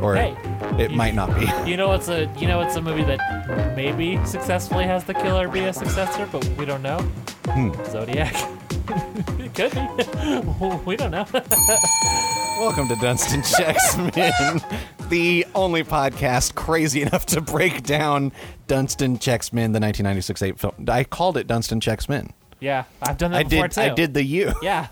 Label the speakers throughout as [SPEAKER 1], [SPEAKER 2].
[SPEAKER 1] or
[SPEAKER 2] Hey.
[SPEAKER 1] it
[SPEAKER 2] You-
[SPEAKER 1] might not be.
[SPEAKER 2] You know it's a you know it's a movie that maybe successfully has the killer be a successor, but we don't know.
[SPEAKER 1] Hmm.
[SPEAKER 2] Zodiac. it could be. we don't know.
[SPEAKER 1] Welcome to Dunstan Checks Men, the only podcast crazy enough to break down Dunstan Checks Men, the 1996 eight film. I called it Dunstan Checks Men.
[SPEAKER 2] yeah, I've done that
[SPEAKER 1] I
[SPEAKER 2] Oh, before
[SPEAKER 1] did.
[SPEAKER 2] too.
[SPEAKER 1] I did the U.
[SPEAKER 2] Yeah.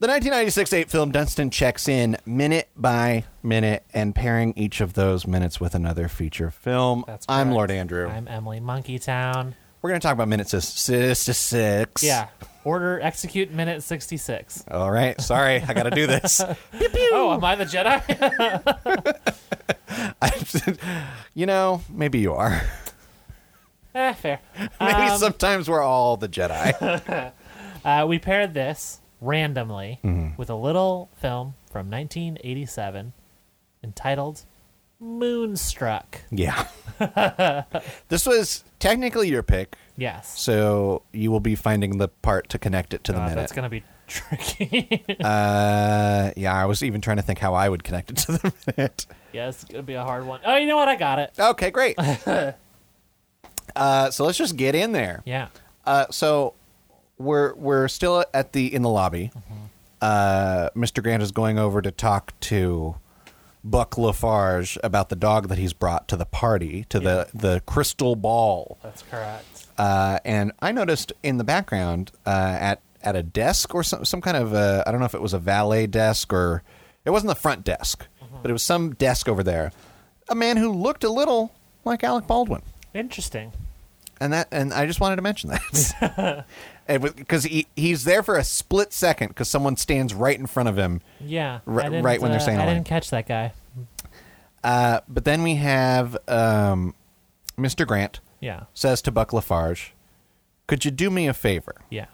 [SPEAKER 1] The 1996 eight film Dunstan checks in minute by minute and pairing each of those minutes with another feature film.
[SPEAKER 2] That's
[SPEAKER 1] I'm
[SPEAKER 2] correct.
[SPEAKER 1] Lord Andrew.
[SPEAKER 2] I'm Emily Monkey Town.
[SPEAKER 1] We're going to talk about minutes six.
[SPEAKER 2] Yeah. Order execute minute 66.
[SPEAKER 1] All right. Sorry. I got to do this.
[SPEAKER 2] Oh, am I the Jedi?
[SPEAKER 1] you know, maybe you are.
[SPEAKER 2] eh, fair.
[SPEAKER 1] Maybe
[SPEAKER 2] Um,
[SPEAKER 1] sometimes we're all the Jedi.
[SPEAKER 2] Uh, we paired this randomly
[SPEAKER 1] Mm-hmm.
[SPEAKER 2] with a little film from 1987 entitled Moonstruck.
[SPEAKER 1] yeah. this was technically your pick,
[SPEAKER 2] Yes.
[SPEAKER 1] so you will be finding the part to connect it to the
[SPEAKER 2] Uh,
[SPEAKER 1] minute.
[SPEAKER 2] that's going to be tricky.
[SPEAKER 1] uh, yeah, I was even trying to think how I would connect it to the minute.
[SPEAKER 2] yeah, it's going to be a hard one. Oh, you know what? I got it.
[SPEAKER 1] Okay, great. uh, so let's just get in there.
[SPEAKER 2] Yeah.
[SPEAKER 1] Uh, so we're we're still at the in the lobby. Uh, Mr. Grant is going over to talk to Buck Lafarge about the dog that he's brought to the party to the the crystal ball.
[SPEAKER 2] That's correct.
[SPEAKER 1] Uh, and I noticed in the background uh, at at a desk or some some kind of I I don't know if it was a valet desk or it wasn't the front desk, but it was some desk over there. A man who looked a little like Alec Baldwin
[SPEAKER 2] Interesting.
[SPEAKER 1] and that and I just wanted to mention that because he he's there for a split second because someone stands right in front of him.
[SPEAKER 2] Yeah.
[SPEAKER 1] Ri-
[SPEAKER 2] I didn't,
[SPEAKER 1] right when they're
[SPEAKER 2] uh,
[SPEAKER 1] saying
[SPEAKER 2] I
[SPEAKER 1] all that.
[SPEAKER 2] didn't catch that guy.
[SPEAKER 1] Uh, but then we have um, Mr. Grant
[SPEAKER 2] Yeah.
[SPEAKER 1] says to Buck Lafarge, "Could you do me a favor?"
[SPEAKER 2] Yeah.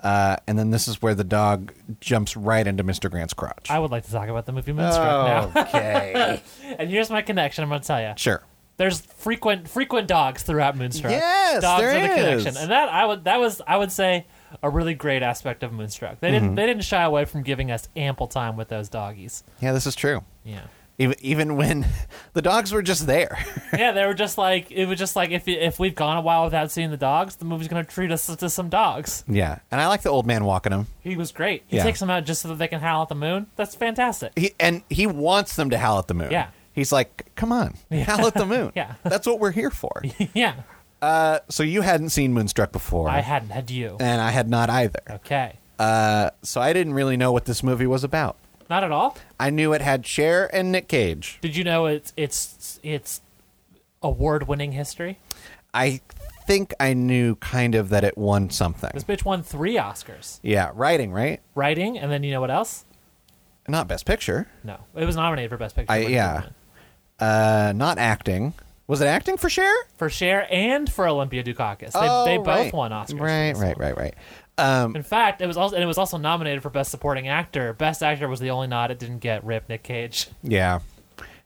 [SPEAKER 1] Uh, and then this is where the dog jumps right into Mr. Grant's crotch.
[SPEAKER 2] I would like to talk about the movie
[SPEAKER 1] Oh.
[SPEAKER 2] Moonstruck
[SPEAKER 1] okay,
[SPEAKER 2] now. And here's my connection. I'm going to tell you.
[SPEAKER 1] sure.
[SPEAKER 2] There's frequent frequent dogs throughout Moonstruck.
[SPEAKER 1] Yes,
[SPEAKER 2] dogs
[SPEAKER 1] there
[SPEAKER 2] are the
[SPEAKER 1] is.
[SPEAKER 2] connection, and that I would that was I would say a really great aspect of Moonstruck. They
[SPEAKER 1] Mm-hmm.
[SPEAKER 2] didn't they didn't shy away from giving us ample time with those doggies.
[SPEAKER 1] Yeah, this is true.
[SPEAKER 2] Yeah,
[SPEAKER 1] Even even when the dogs were just there.
[SPEAKER 2] yeah, they were just like it was just like if if we've gone a while without seeing the dogs, the movie's gonna treat us to some dogs.
[SPEAKER 1] yeah, and I like the old man walking him.
[SPEAKER 2] He was great. He
[SPEAKER 1] Yeah.
[SPEAKER 2] takes them out just so that they can howl at the moon. That's fantastic.
[SPEAKER 1] he and he wants them to howl at the moon.
[SPEAKER 2] Yeah.
[SPEAKER 1] He's like, come on, howl at the moon.
[SPEAKER 2] Yeah.
[SPEAKER 1] That's what we're here for.
[SPEAKER 2] yeah,
[SPEAKER 1] Uh, so you hadn't seen Moonstruck before.
[SPEAKER 2] I hadn't had you.
[SPEAKER 1] And I had not either.
[SPEAKER 2] Okay,
[SPEAKER 1] Uh, so I didn't really know what this movie was about.
[SPEAKER 2] not at all.
[SPEAKER 1] I knew it had Cher and Nick Cage.
[SPEAKER 2] Did you know it's it's it's award winning history?
[SPEAKER 1] I think I knew kind of that it won something.
[SPEAKER 2] This bitch won three Oscars.
[SPEAKER 1] Yeah, writing, right?
[SPEAKER 2] Writing, and then you know what else?
[SPEAKER 1] Not Best Picture.
[SPEAKER 2] No, it was nominated for Best Picture.
[SPEAKER 1] I
[SPEAKER 2] but it
[SPEAKER 1] yeah.
[SPEAKER 2] didn't.
[SPEAKER 1] Uh, not acting. Was it acting for Cher?
[SPEAKER 2] for Cher and for Olympia Dukakis. They,
[SPEAKER 1] oh,
[SPEAKER 2] they both
[SPEAKER 1] right.
[SPEAKER 2] won Oscars. for
[SPEAKER 1] Right,
[SPEAKER 2] this
[SPEAKER 1] right,
[SPEAKER 2] one.
[SPEAKER 1] right, right. Um,
[SPEAKER 2] In fact, it was also and it was also nominated for Best Supporting Actor. Best Actor was the only nod it didn't get. Rip Nick Cage.
[SPEAKER 1] Yeah.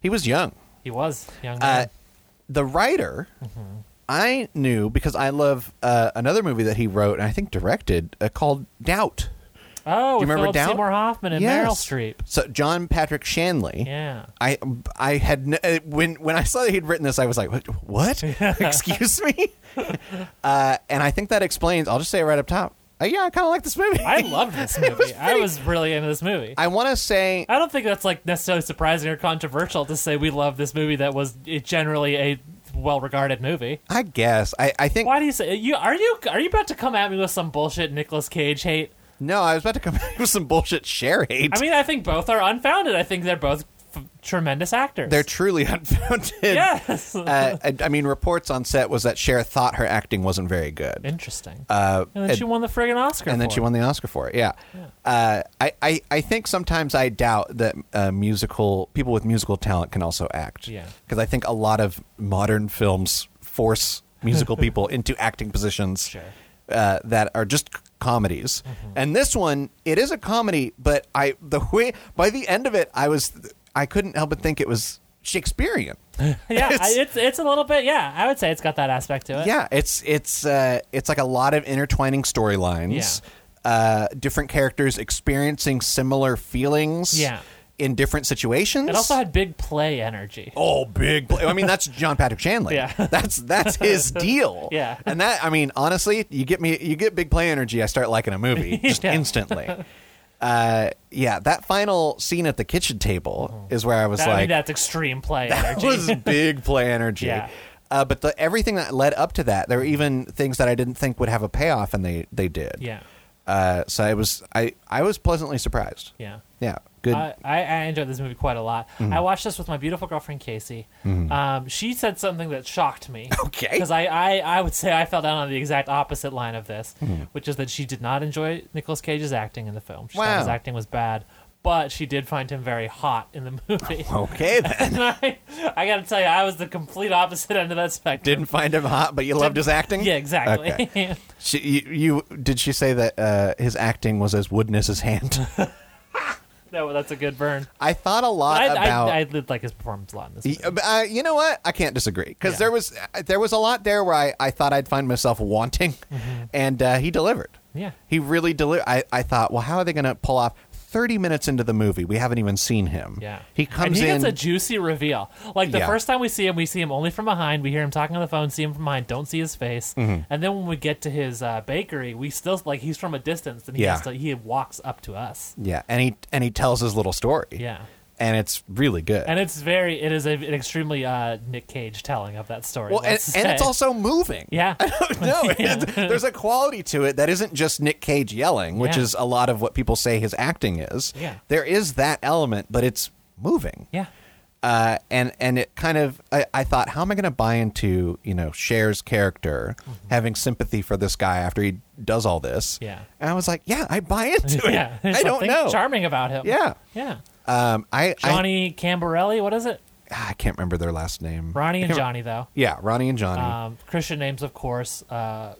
[SPEAKER 1] He was young.
[SPEAKER 2] He was a young
[SPEAKER 1] Uh,
[SPEAKER 2] man.
[SPEAKER 1] the writer I knew because I love uh, another movie that he wrote and I think directed uh, called Doubt.
[SPEAKER 2] oh,
[SPEAKER 1] you
[SPEAKER 2] with
[SPEAKER 1] remember
[SPEAKER 2] Philip
[SPEAKER 1] Down?
[SPEAKER 2] Seymour Hoffman and
[SPEAKER 1] Yes.
[SPEAKER 2] Meryl Streep.
[SPEAKER 1] So John Patrick Shanley.
[SPEAKER 2] Yeah.
[SPEAKER 1] I I had no, uh, when when I saw that he'd written this I was like what, what? excuse me uh, and I think that explains I'll just say it right up top uh, yeah I kind of like this movie
[SPEAKER 2] I loved this movie. I was really into this movie. I,
[SPEAKER 1] I want to say
[SPEAKER 2] don't think that's like necessarily surprising or controversial to say we love this movie that was it generally a well-regarded movie.
[SPEAKER 1] I guess I I think
[SPEAKER 2] Why do you say you are you are you about to come at me with some bullshit Nicolas Cage hate?
[SPEAKER 1] no I was about to come up with some bullshit share hate
[SPEAKER 2] I mean, I think both are unfounded. I think they're both f- tremendous actors.
[SPEAKER 1] they're truly unfounded
[SPEAKER 2] yes.
[SPEAKER 1] uh, I, I mean, reports on set was that Cher thought her acting wasn't very good,
[SPEAKER 2] Interesting. Uh, and then she won the friggin' Oscar.
[SPEAKER 1] and then
[SPEAKER 2] for
[SPEAKER 1] she
[SPEAKER 2] it.
[SPEAKER 1] won the Oscar for it. Yeah, Uh, I, I I think sometimes I doubt that uh, musical people with musical talent can also act.
[SPEAKER 2] Yeah.
[SPEAKER 1] because I think a lot of modern films force musical people into acting positions
[SPEAKER 2] Sure. Mm-hmm.
[SPEAKER 1] uh, that are just c- comedies. And this one, it is a comedy, but I the way by the end of it, I was I couldn't help but think it was Shakespearean.
[SPEAKER 2] Yeah, I-
[SPEAKER 1] It's-
[SPEAKER 2] it's, it's a little bit. Yeah, I would say it's got that aspect to it.
[SPEAKER 1] yeah it's it's uh it's like a lot of intertwining storylines
[SPEAKER 2] Yeah.
[SPEAKER 1] uh different characters experiencing similar feelings
[SPEAKER 2] Yeah.
[SPEAKER 1] in different situations.
[SPEAKER 2] It also had big play energy.
[SPEAKER 1] Oh, big! Play. I mean, that's John Patrick Shanley.
[SPEAKER 2] Yeah.
[SPEAKER 1] that's that's his deal.
[SPEAKER 2] Yeah.
[SPEAKER 1] and that I mean, honestly, you get me, you get big play energy. I start liking a movie just
[SPEAKER 2] Yeah.
[SPEAKER 1] instantly. Uh, yeah, that final scene at the kitchen table is where I was
[SPEAKER 2] Oh. That, I mean,
[SPEAKER 1] like,
[SPEAKER 2] that's extreme play
[SPEAKER 1] that
[SPEAKER 2] energy.
[SPEAKER 1] was big play energy.
[SPEAKER 2] Yeah.
[SPEAKER 1] Uh, but the, everything that led up to that, there were even things that I didn't think would have a payoff, and they they did.
[SPEAKER 2] yeah,
[SPEAKER 1] Uh, so I was I I was pleasantly surprised.
[SPEAKER 2] yeah.
[SPEAKER 1] Yeah, good. Mm-hmm.
[SPEAKER 2] I, I I enjoyed this movie quite a lot. I watched this with my beautiful girlfriend Casey. Um, she said something that shocked me.
[SPEAKER 1] Okay.
[SPEAKER 2] Because I, I, I would say I fell down on the exact opposite line of this,
[SPEAKER 1] Mm-hmm.
[SPEAKER 2] which is that she did not enjoy Nicolas Cage's acting in the film. She thought his
[SPEAKER 1] Wow.
[SPEAKER 2] acting was bad, but she did find him very hot in the movie.
[SPEAKER 1] okay, then.
[SPEAKER 2] And I, I got to tell you, I was the complete opposite end of that spectrum.
[SPEAKER 1] Didn't find him hot, but you loved his acting.
[SPEAKER 2] yeah, exactly.
[SPEAKER 1] Okay. She, you, you did she say that uh, his acting was as wooden as his hand?
[SPEAKER 2] that, that's a good burn.
[SPEAKER 1] I thought a lot
[SPEAKER 2] I,
[SPEAKER 1] Uh, about.
[SPEAKER 2] I, I did like his performance a lot in this.
[SPEAKER 1] Y-
[SPEAKER 2] Movie.
[SPEAKER 1] uh, but, uh, you know what? I can't disagree because
[SPEAKER 2] Yeah.
[SPEAKER 1] there was uh, there was a lot there where I, I thought I'd find myself wanting, and uh, he delivered.
[SPEAKER 2] Mm-hmm. Yeah.
[SPEAKER 1] he really delivered. I, I thought, well, how are they going to pull off? Thirty minutes into the movie, we haven't even seen him.
[SPEAKER 2] Yeah,
[SPEAKER 1] he comes
[SPEAKER 2] and he
[SPEAKER 1] in.
[SPEAKER 2] gets a juicy reveal. Like the
[SPEAKER 1] Yeah.
[SPEAKER 2] first time we see him, we see him only from behind. We hear him talking on the phone, see him from behind, don't see his face.
[SPEAKER 1] Mm-hmm.
[SPEAKER 2] And then when we get to his uh, bakery, we still like he's from a distance, and he
[SPEAKER 1] Yeah.
[SPEAKER 2] has to, he walks up to us.
[SPEAKER 1] yeah, and he and he tells his little story.
[SPEAKER 2] Yeah.
[SPEAKER 1] and it's really good.
[SPEAKER 2] And it's very, it is a, an extremely uh, Nick Cage telling of that story.
[SPEAKER 1] well, and,
[SPEAKER 2] let's
[SPEAKER 1] and it's
[SPEAKER 2] say.
[SPEAKER 1] also moving.
[SPEAKER 2] yeah,
[SPEAKER 1] no, it's, there's a quality to it that isn't just Nick Cage yelling, which
[SPEAKER 2] Yeah.
[SPEAKER 1] is a lot of what people say his acting is.
[SPEAKER 2] Yeah.
[SPEAKER 1] There is that element, but it's moving.
[SPEAKER 2] yeah,
[SPEAKER 1] Uh, and and it kind of I, I thought, how am I going to buy into you know Cher's character having sympathy for this guy after he does all this?
[SPEAKER 2] Mm-hmm. Yeah.
[SPEAKER 1] And I was like, yeah, I buy into it.
[SPEAKER 2] yeah. There's
[SPEAKER 1] I don't
[SPEAKER 2] something
[SPEAKER 1] know.
[SPEAKER 2] Charming about him.
[SPEAKER 1] Yeah.
[SPEAKER 2] yeah.
[SPEAKER 1] Um, I ah,
[SPEAKER 2] Johnny Cambarelli, what is it?
[SPEAKER 1] I, I can't remember their last name.
[SPEAKER 2] Ronnie
[SPEAKER 1] I
[SPEAKER 2] and
[SPEAKER 1] can't-
[SPEAKER 2] Johnny, though.
[SPEAKER 1] Yeah, Ronnie and Johnny.
[SPEAKER 2] Um, Christian names, of course. Uh,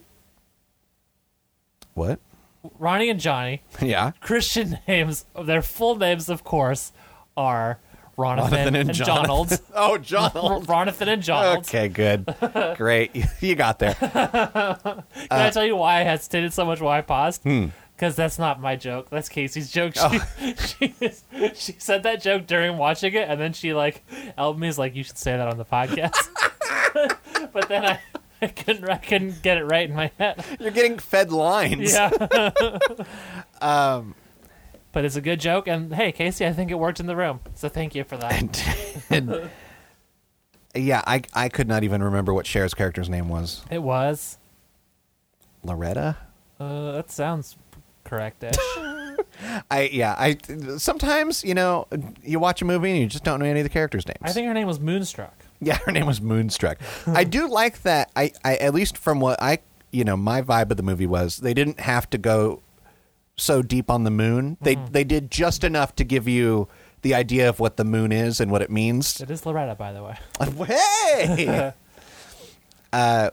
[SPEAKER 1] what?
[SPEAKER 2] Ronnie and Johnny.
[SPEAKER 1] yeah.
[SPEAKER 2] Christian names, their full names, of course, are Ronathan,
[SPEAKER 1] Jonathan
[SPEAKER 2] and,
[SPEAKER 1] and Jonathan.
[SPEAKER 2] Jonald.
[SPEAKER 1] Oh, John.
[SPEAKER 2] Ronathan and Jonald.
[SPEAKER 1] Okay, good. Great. You got there.
[SPEAKER 2] Can I tell you why I hesitated so much? Why I paused? Because that's not my joke. That's Casey's joke. She, she, she said that joke during watching it, and then she like, helped me is like, you should say that on the podcast. but then I, I couldn't, I couldn't get it right in my head.
[SPEAKER 1] You're getting fed lines.
[SPEAKER 2] Yeah. um, but it's a good joke, and hey, Casey, I think it worked in the room. So thank you for that.
[SPEAKER 1] And- yeah, I I could not even remember what Cher's character's name was.
[SPEAKER 2] It was.
[SPEAKER 1] Loretta?
[SPEAKER 2] Uh, that sounds correct. Ash.
[SPEAKER 1] I yeah, I sometimes, you know, you watch a movie and you just don't know any of the characters' names.
[SPEAKER 2] I think her name was Moonstruck.
[SPEAKER 1] Yeah, her name was Moonstruck. I do like that. I, I at least from what I you know my vibe of the movie was they didn't have to go so deep on the moon. They
[SPEAKER 2] Mm-hmm.
[SPEAKER 1] they did just enough to give you the idea of what the moon is and what it means.
[SPEAKER 2] It is Loretta, by the way.
[SPEAKER 1] hey. uh,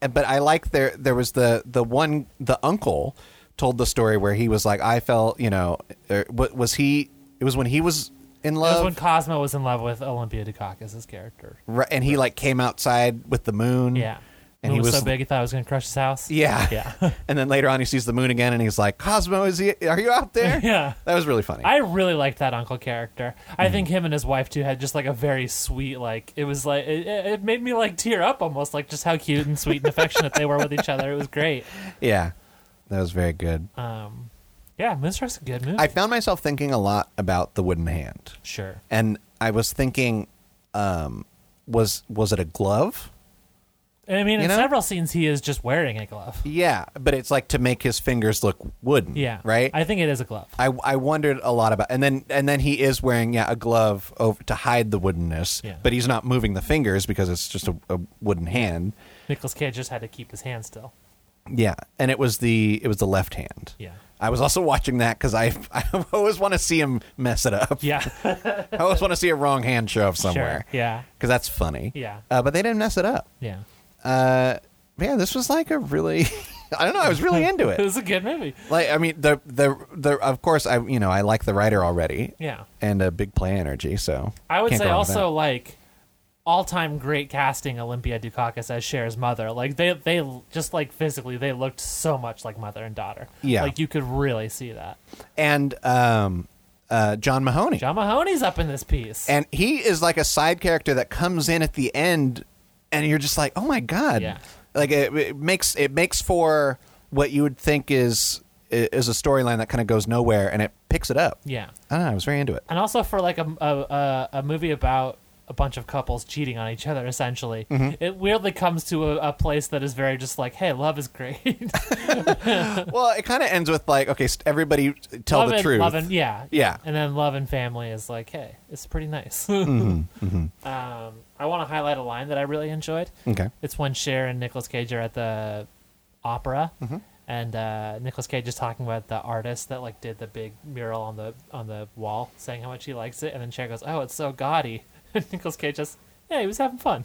[SPEAKER 1] and- but I like there. There was the the one the uncle told the story where he was like, I felt you know, er, what was he? It was when he was in
[SPEAKER 2] That was
[SPEAKER 1] love.
[SPEAKER 2] when Cosmo was in love with Olympia Dukakis' character.
[SPEAKER 1] Right, and he like came outside with the moon.
[SPEAKER 2] Yeah.
[SPEAKER 1] Hmm. and
[SPEAKER 2] Moon
[SPEAKER 1] he was,
[SPEAKER 2] so big he thought it was going to crush his house.
[SPEAKER 1] Yeah,
[SPEAKER 2] Yeah.
[SPEAKER 1] and then later on, he sees the moon again, and he's like, "Cosmo, is he? Are you out there?"
[SPEAKER 2] Yeah.
[SPEAKER 1] that was really funny.
[SPEAKER 2] I really liked that uncle character. I think
[SPEAKER 1] Hmm.
[SPEAKER 2] him and his wife too had just like a very sweet like it was like it, it it made me like tear up almost like just how cute and sweet and affectionate they were with each other. It was great.
[SPEAKER 1] yeah, that was very good.
[SPEAKER 2] Um, yeah, Moonstruck's a good movie.
[SPEAKER 1] I found myself thinking a lot about the wooden hand,
[SPEAKER 2] sure.
[SPEAKER 1] and I was thinking, um, was was it a glove?
[SPEAKER 2] And I mean,
[SPEAKER 1] You
[SPEAKER 2] in
[SPEAKER 1] know?
[SPEAKER 2] several scenes he is just wearing a glove.
[SPEAKER 1] Yeah, but it's like to make his fingers look wooden.
[SPEAKER 2] Yeah.
[SPEAKER 1] right.
[SPEAKER 2] I think it is a glove.
[SPEAKER 1] I, I wondered a lot about, and then and then he is wearing yeah a glove over to hide the woodenness,
[SPEAKER 2] Yeah.
[SPEAKER 1] but he's not moving the fingers because it's just a, a wooden hand.
[SPEAKER 2] Nicholas Cage just had to keep his hand still.
[SPEAKER 1] Yeah, and it was the it was the left hand.
[SPEAKER 2] Yeah.
[SPEAKER 1] I was also watching that because I I always want to see him mess it up.
[SPEAKER 2] Yeah.
[SPEAKER 1] I always want to see a wrong hand show up somewhere.
[SPEAKER 2] Sure. Yeah.
[SPEAKER 1] because that's funny.
[SPEAKER 2] Yeah.
[SPEAKER 1] uh, but they didn't mess it up.
[SPEAKER 2] Yeah.
[SPEAKER 1] Uh, yeah, this was like a really I don't know. I was really into
[SPEAKER 2] It
[SPEAKER 1] it.
[SPEAKER 2] was a good movie.
[SPEAKER 1] Like I mean the the the of course I you know I like the writer already.
[SPEAKER 2] Yeah.
[SPEAKER 1] and a big play energy. So
[SPEAKER 2] I would
[SPEAKER 1] can't
[SPEAKER 2] say
[SPEAKER 1] go wrong with
[SPEAKER 2] also like all time great casting Olympia Dukakis as Cher's mother. Like they they just like physically they looked so much like mother and daughter.
[SPEAKER 1] Yeah.
[SPEAKER 2] Like you could really see that.
[SPEAKER 1] that. and um uh, John Mahoney.
[SPEAKER 2] John Mahoney's up in this piece.
[SPEAKER 1] and he is like a side character that comes in at the end and you're just like oh my god
[SPEAKER 2] Yeah.
[SPEAKER 1] like it, it makes it makes for what you would think is is a storyline that kind of goes nowhere and it picks it up
[SPEAKER 2] yeah,
[SPEAKER 1] i don't know i was very into it
[SPEAKER 2] and also for like a a, a, a movie about a bunch of couples cheating on each other, essentially,
[SPEAKER 1] Mm-hmm.
[SPEAKER 2] it weirdly comes to a, a place that is very just like, hey, love is great.
[SPEAKER 1] well it kind of ends with like okay st- everybody tell
[SPEAKER 2] love
[SPEAKER 1] the
[SPEAKER 2] and,
[SPEAKER 1] truth
[SPEAKER 2] Love and, yeah,
[SPEAKER 1] Yeah.
[SPEAKER 2] And then love and family is like, hey, it's pretty nice.
[SPEAKER 1] Mm-hmm,
[SPEAKER 2] Um, I want to highlight a line that I really enjoyed.
[SPEAKER 1] okay
[SPEAKER 2] It's when Cher and Nicolas Cage are at the opera,
[SPEAKER 1] Mm-hmm.
[SPEAKER 2] and uh, Nicolas Cage is talking about the artist that like did the big mural on the on the wall, saying how much he likes it, and then Cher goes, "Oh, it's so gaudy," and Nicolas Cage just, "Yeah, he was having fun."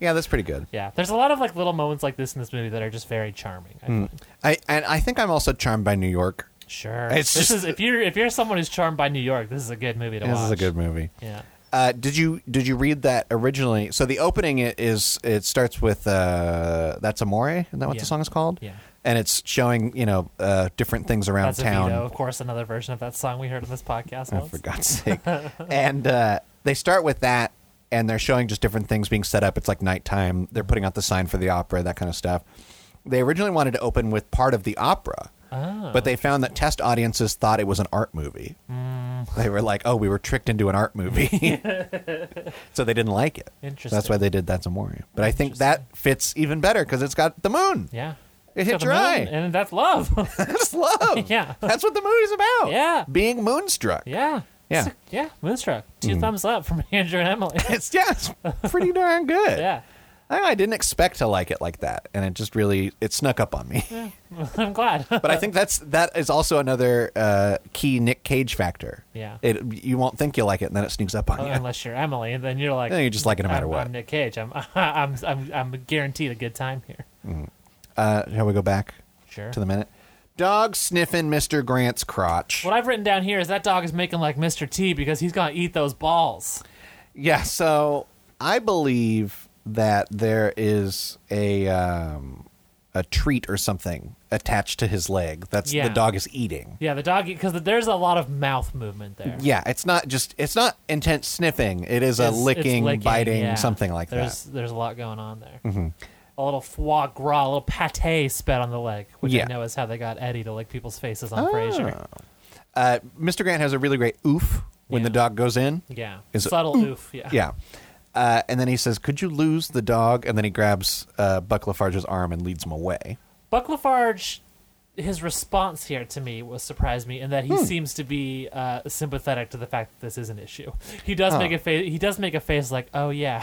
[SPEAKER 1] yeah that's pretty good
[SPEAKER 2] Yeah, there's a lot of like little moments like this in this movie that are just very charming. I
[SPEAKER 1] Mm.
[SPEAKER 2] find.
[SPEAKER 1] i and i think i'm also charmed by new york
[SPEAKER 2] Sure,
[SPEAKER 1] It's
[SPEAKER 2] this
[SPEAKER 1] just-
[SPEAKER 2] is if you're if you're someone who's charmed by New York, this is a good movie to
[SPEAKER 1] this
[SPEAKER 2] watch.
[SPEAKER 1] is a good movie
[SPEAKER 2] yeah.
[SPEAKER 1] Uh, did you did you read that originally? So the opening i- is it starts with uh, "That's Amore." Is that what
[SPEAKER 2] Yeah.
[SPEAKER 1] the song is called?
[SPEAKER 2] Yeah.
[SPEAKER 1] And it's showing you know uh, different things around
[SPEAKER 2] That's a
[SPEAKER 1] town.
[SPEAKER 2] Vito, of course, another version of that song we heard on this podcast
[SPEAKER 1] Oh,
[SPEAKER 2] once.
[SPEAKER 1] for God's sake! and uh, they start with that, and they're showing just different things being set up. It's like nighttime. They're putting out the sign for the opera, that kind of stuff. They originally wanted to open with part of the opera,
[SPEAKER 2] Oh. Ah,
[SPEAKER 1] but they found that test audiences thought it was an art movie.
[SPEAKER 2] Mm.
[SPEAKER 1] They were like, "Oh, we were tricked into an art movie," so they didn't like it.
[SPEAKER 2] Interesting.
[SPEAKER 1] That's why they did that's Amore. But I think that fits even better because it's got the moon.
[SPEAKER 2] Yeah.
[SPEAKER 1] It
[SPEAKER 2] It's
[SPEAKER 1] hits
[SPEAKER 2] got the
[SPEAKER 1] your
[SPEAKER 2] moon,
[SPEAKER 1] eye.
[SPEAKER 2] And that's love.
[SPEAKER 1] That's love.
[SPEAKER 2] Yeah.
[SPEAKER 1] that's what the movie's about.
[SPEAKER 2] Yeah.
[SPEAKER 1] being moonstruck.
[SPEAKER 2] yeah.
[SPEAKER 1] Yeah. Mm.
[SPEAKER 2] It's- yeah. Moonstruck. Two thumbs up from Andrew and Emily.
[SPEAKER 1] It's yeah, it's pretty darn good.
[SPEAKER 2] yeah.
[SPEAKER 1] I, I didn't expect to like it like that, and it just really it snuck up on me.
[SPEAKER 2] I'm glad.
[SPEAKER 1] but I think that's that is also another uh, key Nick Cage factor.
[SPEAKER 2] Yeah. Oh,
[SPEAKER 1] it you won't think you like it, and then it sneaks up on you.
[SPEAKER 2] Unless you're Emily, and then you're like,
[SPEAKER 1] Then you just like it no matter
[SPEAKER 2] I'm,
[SPEAKER 1] what.
[SPEAKER 2] I'm Nick Cage. I'm, I'm, I'm, I'm guaranteed a good time here.
[SPEAKER 1] Uh, shall we go back
[SPEAKER 2] Sure.
[SPEAKER 1] to the minute? Dog sniffing Mr. Grant's crotch.
[SPEAKER 2] What I've written down here is that dog is making like Mr. T because he's gonna eat those balls.
[SPEAKER 1] Yeah, so I believe that there is a um, a treat or something attached to his leg. That's
[SPEAKER 2] Yeah.
[SPEAKER 1] the dog is eating.
[SPEAKER 2] Yeah, the dog because there's a lot of mouth movement there.
[SPEAKER 1] Yeah, it's not just it's not intense sniffing. It is a
[SPEAKER 2] It's- it's
[SPEAKER 1] licking, biting,
[SPEAKER 2] yeah.
[SPEAKER 1] something like
[SPEAKER 2] there's,
[SPEAKER 1] that. Mm-hmm.
[SPEAKER 2] There's a lot going on there. A little foie gras, a little pate spat on the leg, which
[SPEAKER 1] Yeah.
[SPEAKER 2] I know is how they got Eddie to lick people's faces on Frasier.
[SPEAKER 1] Uh, Mr. Grant has a really great oof when the
[SPEAKER 2] Yeah.
[SPEAKER 1] dog goes in.
[SPEAKER 2] Yeah,
[SPEAKER 1] Is it- Hmm.
[SPEAKER 2] subtle oof. Yeah.
[SPEAKER 1] Yeah. Uh, and then he says, "Could you lose the dog?" And then he grabs uh, Buck Lafarge's arm and leads him away.
[SPEAKER 2] Buck Lafarge, his response here to me was surprised me in that he
[SPEAKER 1] Hmm.
[SPEAKER 2] seems to be uh, sympathetic to the fact that this is an issue. He does make a face. He does make a face like, "Oh yeah."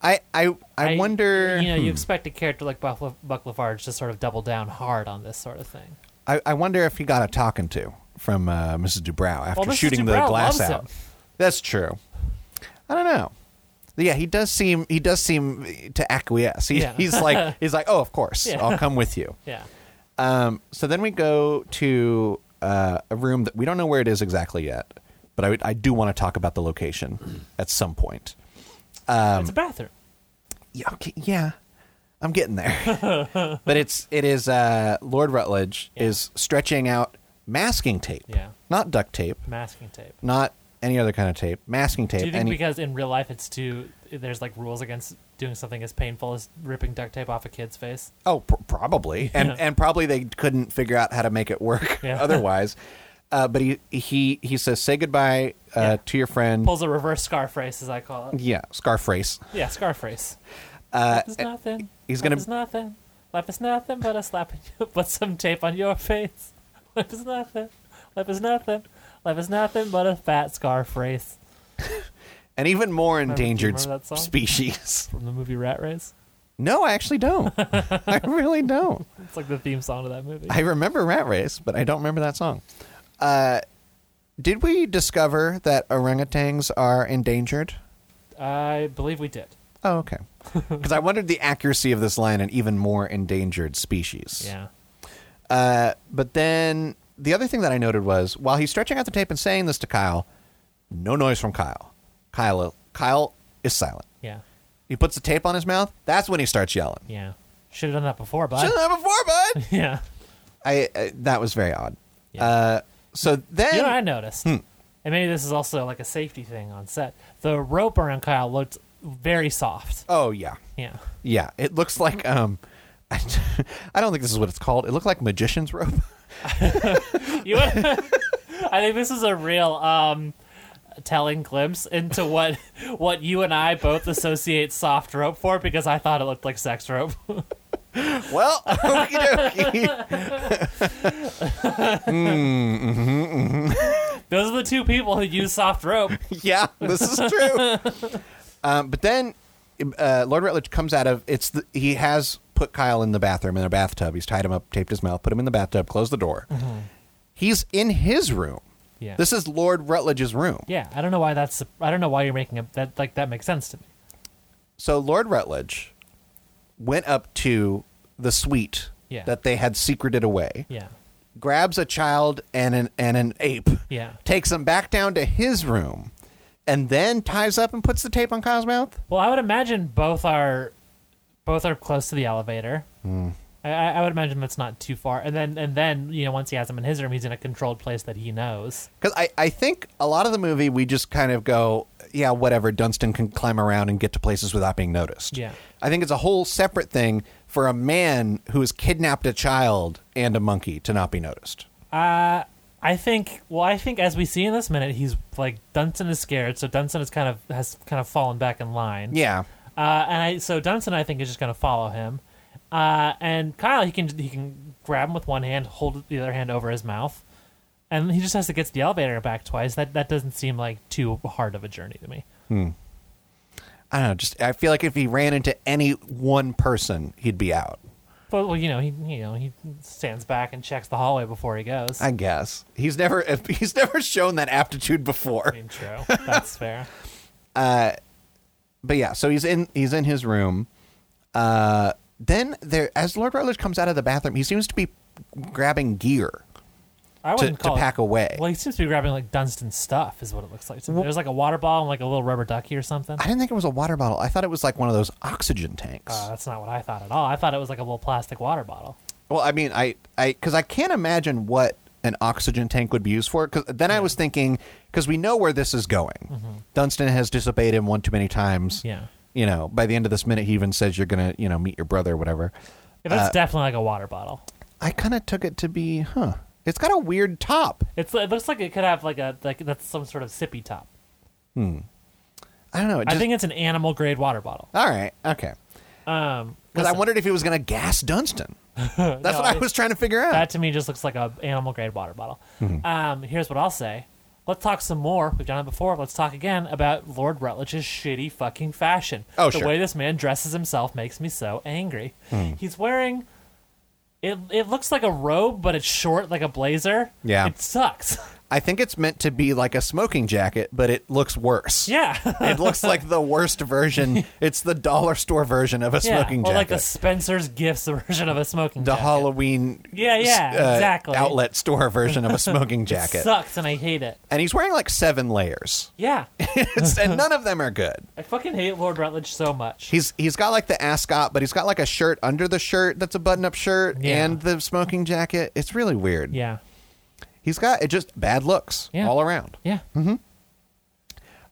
[SPEAKER 2] I,
[SPEAKER 1] I I, I, wonder.
[SPEAKER 2] You know,
[SPEAKER 1] hmm.
[SPEAKER 2] you expect a character like Buck, La- Buck Lafarge to sort of double down hard on this sort of thing.
[SPEAKER 1] I, I wonder if he got a talking to from uh, Mrs. Dubrow after
[SPEAKER 2] Well, Mrs.
[SPEAKER 1] shooting the
[SPEAKER 2] Dubrow
[SPEAKER 1] glass
[SPEAKER 2] loves
[SPEAKER 1] out.
[SPEAKER 2] him.
[SPEAKER 1] That's true. I don't know. Yeah, he does seem he does seem to acquiesce. He,
[SPEAKER 2] Yeah.
[SPEAKER 1] He's like he's like, oh, of course,
[SPEAKER 2] Yeah.
[SPEAKER 1] I'll come with you.
[SPEAKER 2] Yeah.
[SPEAKER 1] Um, so then we go to uh, a room that we don't know where it is exactly yet, but I, would- I do want to talk about the location at some point. Um,
[SPEAKER 2] it's a bathroom.
[SPEAKER 1] Yeah, okay, yeah, I'm getting there. but it's it is uh, Lord Rutledge
[SPEAKER 2] Yeah.
[SPEAKER 1] is stretching out masking tape,
[SPEAKER 2] Yeah.
[SPEAKER 1] not duct tape,
[SPEAKER 2] Masking tape.
[SPEAKER 1] not any other kind of tape, masking tape.
[SPEAKER 2] Do you think
[SPEAKER 1] and he-
[SPEAKER 2] because in real life it's too there's like rules against doing something as painful as ripping duct tape off a kid's face?
[SPEAKER 1] oh, pr- probably, and
[SPEAKER 2] Yeah.
[SPEAKER 1] and probably they couldn't figure out how to make it work
[SPEAKER 2] Yeah.
[SPEAKER 1] otherwise. Uh, but he he he says, "Say goodbye uh,
[SPEAKER 2] Yeah.
[SPEAKER 1] to your friend."
[SPEAKER 2] Pulls a reverse scarf race, as I call it.
[SPEAKER 1] yeah, scarf race.
[SPEAKER 2] Yeah, scarf race.
[SPEAKER 1] Uh,
[SPEAKER 2] Life is nothing.
[SPEAKER 1] he's
[SPEAKER 2] Life
[SPEAKER 1] gonna-
[SPEAKER 2] is nothing. Life is nothing but a slap, in your, but some tape on your face. Life is nothing. Life is nothing. Life is nothing but a fat scarf race
[SPEAKER 1] An even more
[SPEAKER 2] do you
[SPEAKER 1] endangered
[SPEAKER 2] remember that song?
[SPEAKER 1] sp- species.
[SPEAKER 2] from the movie Rat Race.
[SPEAKER 1] No, I actually don't. I really don't.
[SPEAKER 2] It's like the theme song to that movie.
[SPEAKER 1] I remember Rat Race, but I don't remember that song. Uh, did we discover that orangutans are endangered?
[SPEAKER 2] I believe we did.
[SPEAKER 1] Oh, okay. Because I wondered the accuracy of this line, an even more endangered species.
[SPEAKER 2] Yeah.
[SPEAKER 1] Uh, but then the other thing that I noted was while he's stretching out the tape and saying this to Kyle, no noise from Kyle. Kyle, Kyle is silent.
[SPEAKER 2] Yeah.
[SPEAKER 1] He puts the tape on his mouth. That's when he starts yelling.
[SPEAKER 2] Yeah. Should have done that before, bud.
[SPEAKER 1] Shouldn't have before, bud.
[SPEAKER 2] Yeah.
[SPEAKER 1] I, I that was very odd.
[SPEAKER 2] Yeah.
[SPEAKER 1] Uh, so then,
[SPEAKER 2] You know what I noticed? And maybe this is also like a safety thing on set. The rope around Kyle looked very soft.
[SPEAKER 1] oh yeah,
[SPEAKER 2] Yeah.
[SPEAKER 1] yeah, it looks like um, I, I don't think this is what it's called. It looked like magician's rope.
[SPEAKER 2] You wanna- I think this is a real um telling glimpse into what what you and I both associate soft rope for because I thought it looked like sex rope.
[SPEAKER 1] well, okey dokey.
[SPEAKER 2] Those are the two people who use soft rope.
[SPEAKER 1] yeah, this is true. um, but then uh, Lord Rutledge comes out of it's. The, he has put Kyle in the bathroom in a bathtub. He's tied him up, taped his mouth, put him in the bathtub, closed the door. He's in his room.
[SPEAKER 2] Mm-hmm. Yeah.
[SPEAKER 1] This is Lord Rutledge's room.
[SPEAKER 2] yeah, I don't know why that's I don't know why you're making up that like that makes sense to me.
[SPEAKER 1] So Lord Rutledge went up to the suite
[SPEAKER 2] Yeah.
[SPEAKER 1] that they had secreted away,
[SPEAKER 2] Yeah.
[SPEAKER 1] grabs a child and an and an ape,
[SPEAKER 2] Yeah.
[SPEAKER 1] takes them back down to his room, and then ties up and puts the tape on Kyle's mouth.
[SPEAKER 2] Well, I would imagine both are both are close to the elevator. I I, I would imagine that's not too far. And then and then you know once he has him in his room, he's in a controlled place that he knows.
[SPEAKER 1] Because I, I think a lot of the movie we just kind of go, yeah, whatever. Dunstan can climb around and get to places without being noticed.
[SPEAKER 2] Yeah.
[SPEAKER 1] I think it's a whole separate thing for a man who has kidnapped a child and a monkey to not be noticed.
[SPEAKER 2] Uh I think well I think as we see in this minute, he's like Dunson is scared, so Dunson is kind of has kind of fallen back in line.
[SPEAKER 1] Yeah.
[SPEAKER 2] Uh, and I so Dunson I think is just gonna follow him. Uh, and Kyle he can he can grab him with one hand, hold the other hand over his mouth, and he just has to get to the elevator back twice. That that doesn't seem like too hard of a journey to me.
[SPEAKER 1] I don't know. Just I feel like if he ran into any one person, he'd be out.
[SPEAKER 2] But well, you know he you know he stands back and checks the hallway before he goes.
[SPEAKER 1] I guess he's never he's never shown that aptitude before.
[SPEAKER 2] I mean, true. That's fair.
[SPEAKER 1] But yeah, so he's in he's in his room. Uh, then there, as Lord Rutledge comes out of the bathroom, he seems to be grabbing gear.
[SPEAKER 2] I wouldn't
[SPEAKER 1] to
[SPEAKER 2] call it-
[SPEAKER 1] pack away.
[SPEAKER 2] Well, he seems to be grabbing like Dunstan stuff, is what it looks like. to me. There's like a water bottle and like a little rubber ducky or something.
[SPEAKER 1] I didn't think it was a water bottle. I thought it was like one of those oxygen tanks.
[SPEAKER 2] Uh, that's not what I thought at all. I thought it was like a little plastic water bottle.
[SPEAKER 1] well, I mean, I I because I can't imagine what an oxygen tank would be used for. Because then I was thinking because we know where this is going. Dunstan has disobeyed him one too many times.
[SPEAKER 2] Mm-hmm. Yeah.
[SPEAKER 1] You know, by the end of this minute, he even says you're gonna you know meet your brother or whatever.
[SPEAKER 2] Yeah,
[SPEAKER 1] Uh,
[SPEAKER 2] That's definitely like a water bottle.
[SPEAKER 1] I kind of took it to be, huh? It's got a weird top.
[SPEAKER 2] It's it looks like it could have like a like that's some sort of sippy top.
[SPEAKER 1] I don't know. It just,
[SPEAKER 2] I think it's an animal grade water bottle.
[SPEAKER 1] all right, okay.
[SPEAKER 2] Um,
[SPEAKER 1] Because I
[SPEAKER 2] listen,
[SPEAKER 1] wondered if he was gonna gas Dunstan. That's
[SPEAKER 2] no,
[SPEAKER 1] what I
[SPEAKER 2] it-
[SPEAKER 1] was trying to figure out.
[SPEAKER 2] that to me just looks like a animal grade water bottle.
[SPEAKER 1] Mm-hmm.
[SPEAKER 2] Um, here's what I'll say. Let's talk some more. We've done it before. Let's talk again about Lord Rutledge's shitty fucking fashion.
[SPEAKER 1] Oh,
[SPEAKER 2] the
[SPEAKER 1] sure. Hmm.
[SPEAKER 2] way this man dresses himself makes me so angry. He's wearing it. It looks like a robe, but it's short, like a blazer.
[SPEAKER 1] Yeah.
[SPEAKER 2] it sucks.
[SPEAKER 1] I think it's meant to be like a smoking jacket, but it looks worse.
[SPEAKER 2] yeah,
[SPEAKER 1] it looks like the worst version. It's the dollar store version of a smoking
[SPEAKER 2] or
[SPEAKER 1] jacket.
[SPEAKER 2] like the Spencer's Gifts version of a smoking
[SPEAKER 1] the
[SPEAKER 2] jacket.
[SPEAKER 1] Halloween
[SPEAKER 2] Yeah, yeah,
[SPEAKER 1] s- uh,
[SPEAKER 2] exactly.
[SPEAKER 1] outlet store version of a smoking
[SPEAKER 2] It
[SPEAKER 1] jacket.
[SPEAKER 2] sucks and I hate it.
[SPEAKER 1] and he's wearing like seven layers.
[SPEAKER 2] Yeah.
[SPEAKER 1] It's, and none of them are good.
[SPEAKER 2] I fucking hate Lord Rutledge so much.
[SPEAKER 1] He's he's got like the ascot, but he's got like a shirt under the shirt that's a button-up shirt
[SPEAKER 2] Yeah.
[SPEAKER 1] and the smoking jacket. It's really weird.
[SPEAKER 2] Yeah.
[SPEAKER 1] He's got it just bad looks
[SPEAKER 2] Yeah.
[SPEAKER 1] all around.
[SPEAKER 2] Yeah.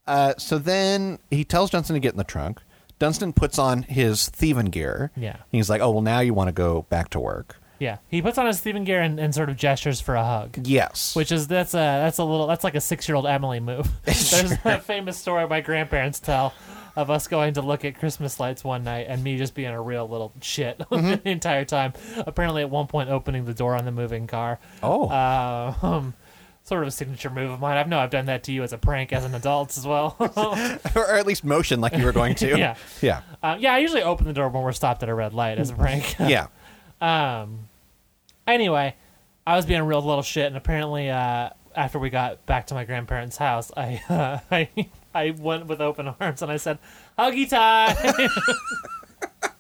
[SPEAKER 1] Uh, so then he tells Dunstan to get in the trunk. Dunstan puts on his thieving gear.
[SPEAKER 2] Yeah.
[SPEAKER 1] He's like, "Oh, well now you want to go back to work."
[SPEAKER 2] Yeah. He puts on his Stephen gear and, and sort of gestures for a hug.
[SPEAKER 1] Yes.
[SPEAKER 2] Which is that's a that's a little that's like a six year old Emily move. There's that famous story my grandparents tell of us going to look at Christmas lights one night and me just being a real little shit the entire time. Apparently at one point opening the door on the moving car.
[SPEAKER 1] Oh.
[SPEAKER 2] Uh, um, sort of a signature move of mine. I know I've done that to you as a prank as an adult as well.
[SPEAKER 1] or at least motion like you were going to.
[SPEAKER 2] Yeah.
[SPEAKER 1] Yeah.
[SPEAKER 2] Um, yeah, I usually open the door when we're stopped at a red light as a prank.
[SPEAKER 1] Yeah.
[SPEAKER 2] um, anyway, I was being a real little shit, and apparently, uh, after we got back to my grandparents' house, I uh, I I went with open arms and I said, "Huggy time."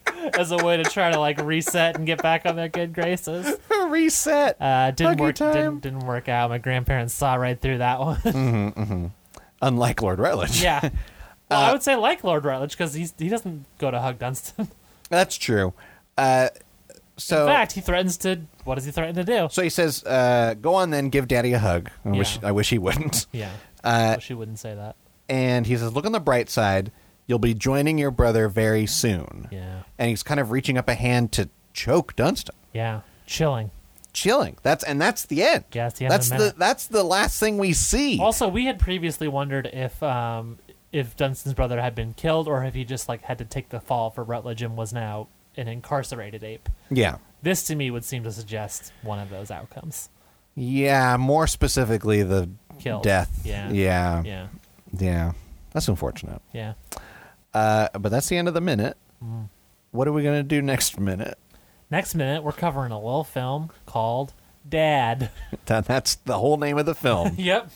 [SPEAKER 2] As a way to try to like reset and get back on their good graces,
[SPEAKER 1] Reset.
[SPEAKER 2] uh, didn't
[SPEAKER 1] Huggy
[SPEAKER 2] work.
[SPEAKER 1] time.
[SPEAKER 2] Didn't, didn't work out. My grandparents saw right through that one.
[SPEAKER 1] Unlike Lord Rutledge.
[SPEAKER 2] yeah, well,
[SPEAKER 1] Uh,
[SPEAKER 2] I would say like Lord Rutledge because he's he doesn't go to hug Dunstan.
[SPEAKER 1] That's true. Uh, so
[SPEAKER 2] In fact, he threatens to what does he threaten to do?
[SPEAKER 1] So he says, uh, "Go on, then, give Daddy a hug." I wish
[SPEAKER 2] Yeah.
[SPEAKER 1] I wish he wouldn't.
[SPEAKER 2] Yeah.
[SPEAKER 1] Uh,
[SPEAKER 2] Well, she wouldn't say that.
[SPEAKER 1] And he says, "Look on the bright side. You'll be joining your brother very soon."
[SPEAKER 2] Yeah.
[SPEAKER 1] And he's kind of reaching up a hand to choke Dunstan.
[SPEAKER 2] Yeah. Chilling.
[SPEAKER 1] Chilling. That's and that's the end.
[SPEAKER 2] Yeah, it's the end of
[SPEAKER 1] that's
[SPEAKER 2] the
[SPEAKER 1] the
[SPEAKER 2] minute.
[SPEAKER 1] that's the last thing we see.
[SPEAKER 2] Also, we had previously wondered if um, if Dunstan's brother had been killed or if he just like had to take the fall for Rutledge and was now an incarcerated ape.
[SPEAKER 1] yeah.
[SPEAKER 2] This to me would seem to suggest one of those outcomes.
[SPEAKER 1] Yeah, more specifically the
[SPEAKER 2] Killed.
[SPEAKER 1] death.
[SPEAKER 2] Yeah.
[SPEAKER 1] Yeah.
[SPEAKER 2] Yeah.
[SPEAKER 1] Yeah. That's unfortunate.
[SPEAKER 2] Yeah.
[SPEAKER 1] Uh, but that's the end of the minute.
[SPEAKER 2] Mm.
[SPEAKER 1] What are we going to do next minute?
[SPEAKER 2] Next minute, we're covering a little film called Dad.
[SPEAKER 1] That- That's the whole name of the film.
[SPEAKER 2] yep.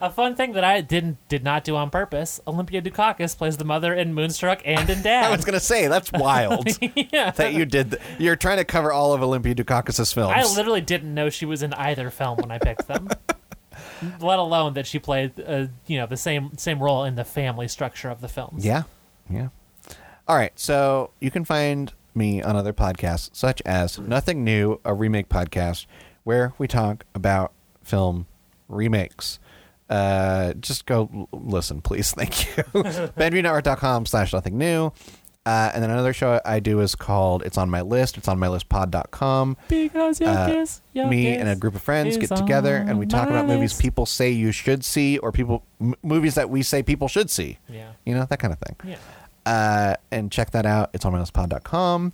[SPEAKER 2] A fun thing that I didn't did not do on purpose. Olympia Dukakis plays the mother in Moonstruck and in
[SPEAKER 1] I
[SPEAKER 2] Dad.
[SPEAKER 1] was going to say, that's wild
[SPEAKER 2] yeah.
[SPEAKER 1] that you did. Th- you're trying to cover all of Olympia Dukakis' films.
[SPEAKER 2] I literally didn't know she was in either film when I picked them. Let alone that she played, uh, you know, the same same role in the family structure of the films.
[SPEAKER 1] yeah. Yeah. All right. So you can find me on other podcasts such as Nothing New, a remake podcast where we talk about film remakes. Uh, just go l- listen, please. Thank you. BenviewNetwork.com slash nothing new. Uh, and then another show I do is called It's On My List. It's on my listpod.com.
[SPEAKER 2] Because your
[SPEAKER 1] Uh,
[SPEAKER 2] kiss, your
[SPEAKER 1] me
[SPEAKER 2] kiss
[SPEAKER 1] and a group of friends get
[SPEAKER 2] is
[SPEAKER 1] together and we
[SPEAKER 2] on
[SPEAKER 1] talk
[SPEAKER 2] my
[SPEAKER 1] about movies
[SPEAKER 2] list.
[SPEAKER 1] people say you should see or people m- movies that we say people should see.
[SPEAKER 2] Yeah.
[SPEAKER 1] You know, that kind of thing
[SPEAKER 2] Yeah.
[SPEAKER 1] uh, and check that out. It's on mylistpod.com.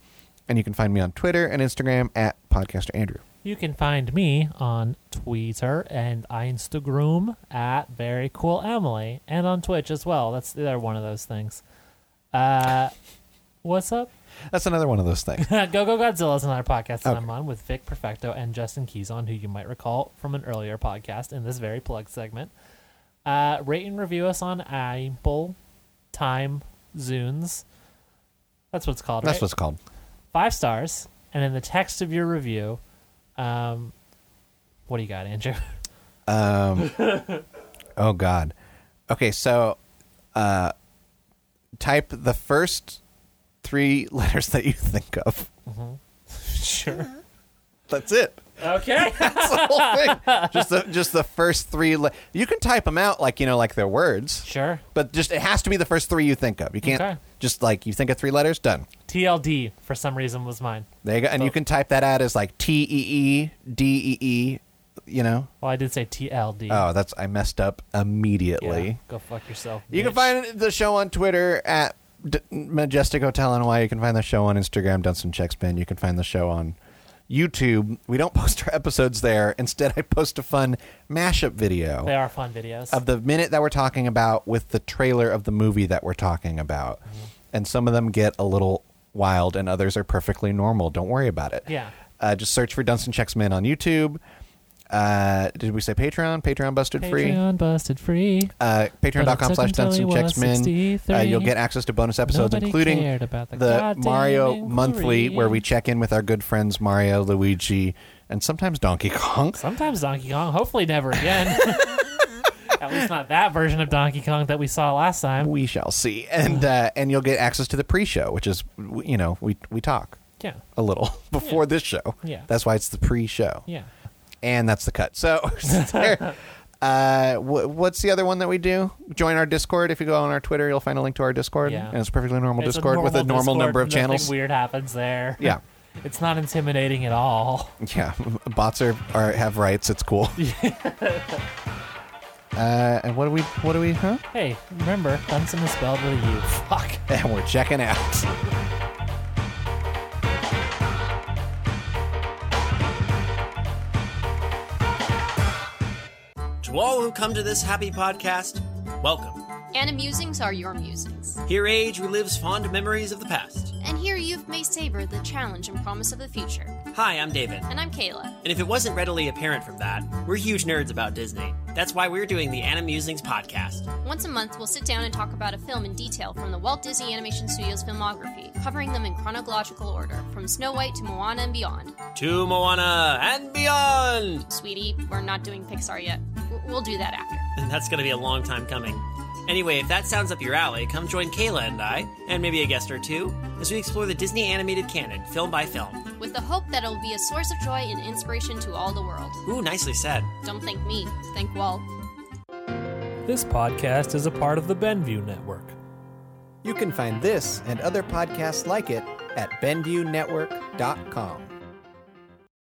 [SPEAKER 1] And you can find me on Twitter and Instagram at Podcaster Andrew.
[SPEAKER 2] You can find me on Twitter and Instagram at Very Cool Emily, and on Twitch as well. That's they're one of those things. Uh, what's up?
[SPEAKER 1] That's another one of those things.
[SPEAKER 2] go Go Godzilla is another podcast that
[SPEAKER 1] Okay.
[SPEAKER 2] I'm on with Vic Perfecto and Justin Keyson, who you might recall from an earlier podcast in this very plug segment. Uh, rate and review us on Apple Time Zunes. That's what it's called.
[SPEAKER 1] That's
[SPEAKER 2] right?
[SPEAKER 1] what it's called.
[SPEAKER 2] Five stars, and in the text of your review, um, what do you got, Andrew?
[SPEAKER 1] Oh, God. Okay, so uh, type the first three letters that you think of.
[SPEAKER 2] sure.
[SPEAKER 1] That's it.
[SPEAKER 2] Okay.
[SPEAKER 1] That's the whole thing. Just the, just the first three. Le- you can type them out like, you know, like they're words,
[SPEAKER 2] sure.
[SPEAKER 1] but just it has to be the first three you think of. You can't
[SPEAKER 2] Okay.
[SPEAKER 1] just like you think of three letters, done.
[SPEAKER 2] TLD for some reason was mine.
[SPEAKER 1] There you go. And you can type that out as like T E E D E E, you know?
[SPEAKER 2] Well, I did say TLD.
[SPEAKER 1] Oh, that's I messed up
[SPEAKER 2] Yeah,
[SPEAKER 1] immediately.
[SPEAKER 2] Go fuck yourself.
[SPEAKER 1] You can
[SPEAKER 2] bitch.
[SPEAKER 1] find the show on Twitter at D- Majestic Hotel NY. You can find the show on Instagram, Dunstan Checks Bin. You can find the show on YouTube. We don't post our episodes there. Instead, I post a fun mashup video
[SPEAKER 2] They are fun videos.
[SPEAKER 1] of the minute that we're talking about with the trailer of the movie that we're talking about.
[SPEAKER 2] Mm-hmm.
[SPEAKER 1] And some of them get a little wild and others are perfectly normal. Don't worry about it.
[SPEAKER 2] Yeah.
[SPEAKER 1] Uh, just search for Dunstan Checks Men on YouTube. Uh, did we say Patreon? Patreon busted free.
[SPEAKER 2] Patreon busted free.
[SPEAKER 1] Uh, Patreon.com slash
[SPEAKER 2] But it took
[SPEAKER 1] Dunstan
[SPEAKER 2] until
[SPEAKER 1] Checks
[SPEAKER 2] he was
[SPEAKER 1] Men. Uh,
[SPEAKER 2] 63.
[SPEAKER 1] you'll get access to bonus episodes,
[SPEAKER 2] Nobody
[SPEAKER 1] including
[SPEAKER 2] cared about the
[SPEAKER 1] the
[SPEAKER 2] goddamn
[SPEAKER 1] Mario
[SPEAKER 2] inquiry.
[SPEAKER 1] Monthly, where we check in with our good friends Mario, Luigi, and sometimes Donkey Kong.
[SPEAKER 2] Sometimes Donkey Kong. Hopefully, never again. At least not that version of Donkey Kong that we saw last time.
[SPEAKER 1] we shall see and uh, and you'll get access to the pre-show which is w- you know we we talk
[SPEAKER 2] Yeah.
[SPEAKER 1] a little before this show
[SPEAKER 2] Yeah.
[SPEAKER 1] that's why it's the pre-show
[SPEAKER 2] Yeah.
[SPEAKER 1] and that's the cut so there- uh wh- what's the other one that we do join our discord if you go on our twitter you'll find a link to our discord
[SPEAKER 2] Yeah.
[SPEAKER 1] and it's a perfectly normal
[SPEAKER 2] It's
[SPEAKER 1] discord with a normal
[SPEAKER 2] Discord,
[SPEAKER 1] number of
[SPEAKER 2] nothing
[SPEAKER 1] channels
[SPEAKER 2] weird happens there.
[SPEAKER 1] yeah
[SPEAKER 2] It's not intimidating at all.
[SPEAKER 1] yeah bots are, are have rights it's cool uh and what do we what do we huh
[SPEAKER 2] Hey, remember, Bunsen is spelled with a U. Fuck.
[SPEAKER 1] and we're checking out
[SPEAKER 3] To all who come to this happy podcast, welcome.
[SPEAKER 4] And musings are your musings.
[SPEAKER 3] Here, age relives fond memories of the past.
[SPEAKER 4] And here you may savor the challenge and promise of the future.
[SPEAKER 3] Hi, I'm David.
[SPEAKER 4] And I'm Kayla.
[SPEAKER 3] And if it wasn't readily apparent from that, we're huge nerds about Disney. That's why we're doing the Animusings podcast.
[SPEAKER 4] Once a month, we'll sit down and talk about a film in detail from the Walt Disney Animation Studios filmography, covering them in chronological order, from Snow White to Moana and beyond.
[SPEAKER 3] To Moana and beyond!
[SPEAKER 4] Sweetie, we're not doing Pixar yet. W- We'll do that after.
[SPEAKER 3] And that's gonna be a long time coming. Anyway, if that sounds up your alley, come join Kayla and I, and maybe a guest or two, as we explore the Disney animated canon, film by film.
[SPEAKER 4] with the hope that it'll be a source of joy and inspiration to all the world.
[SPEAKER 3] Ooh, nicely said.
[SPEAKER 4] Don't thank me, thank Walt.
[SPEAKER 2] This podcast is a part of the Benview Network.
[SPEAKER 5] You can find this and other podcasts like it at BenviewNetwork.com.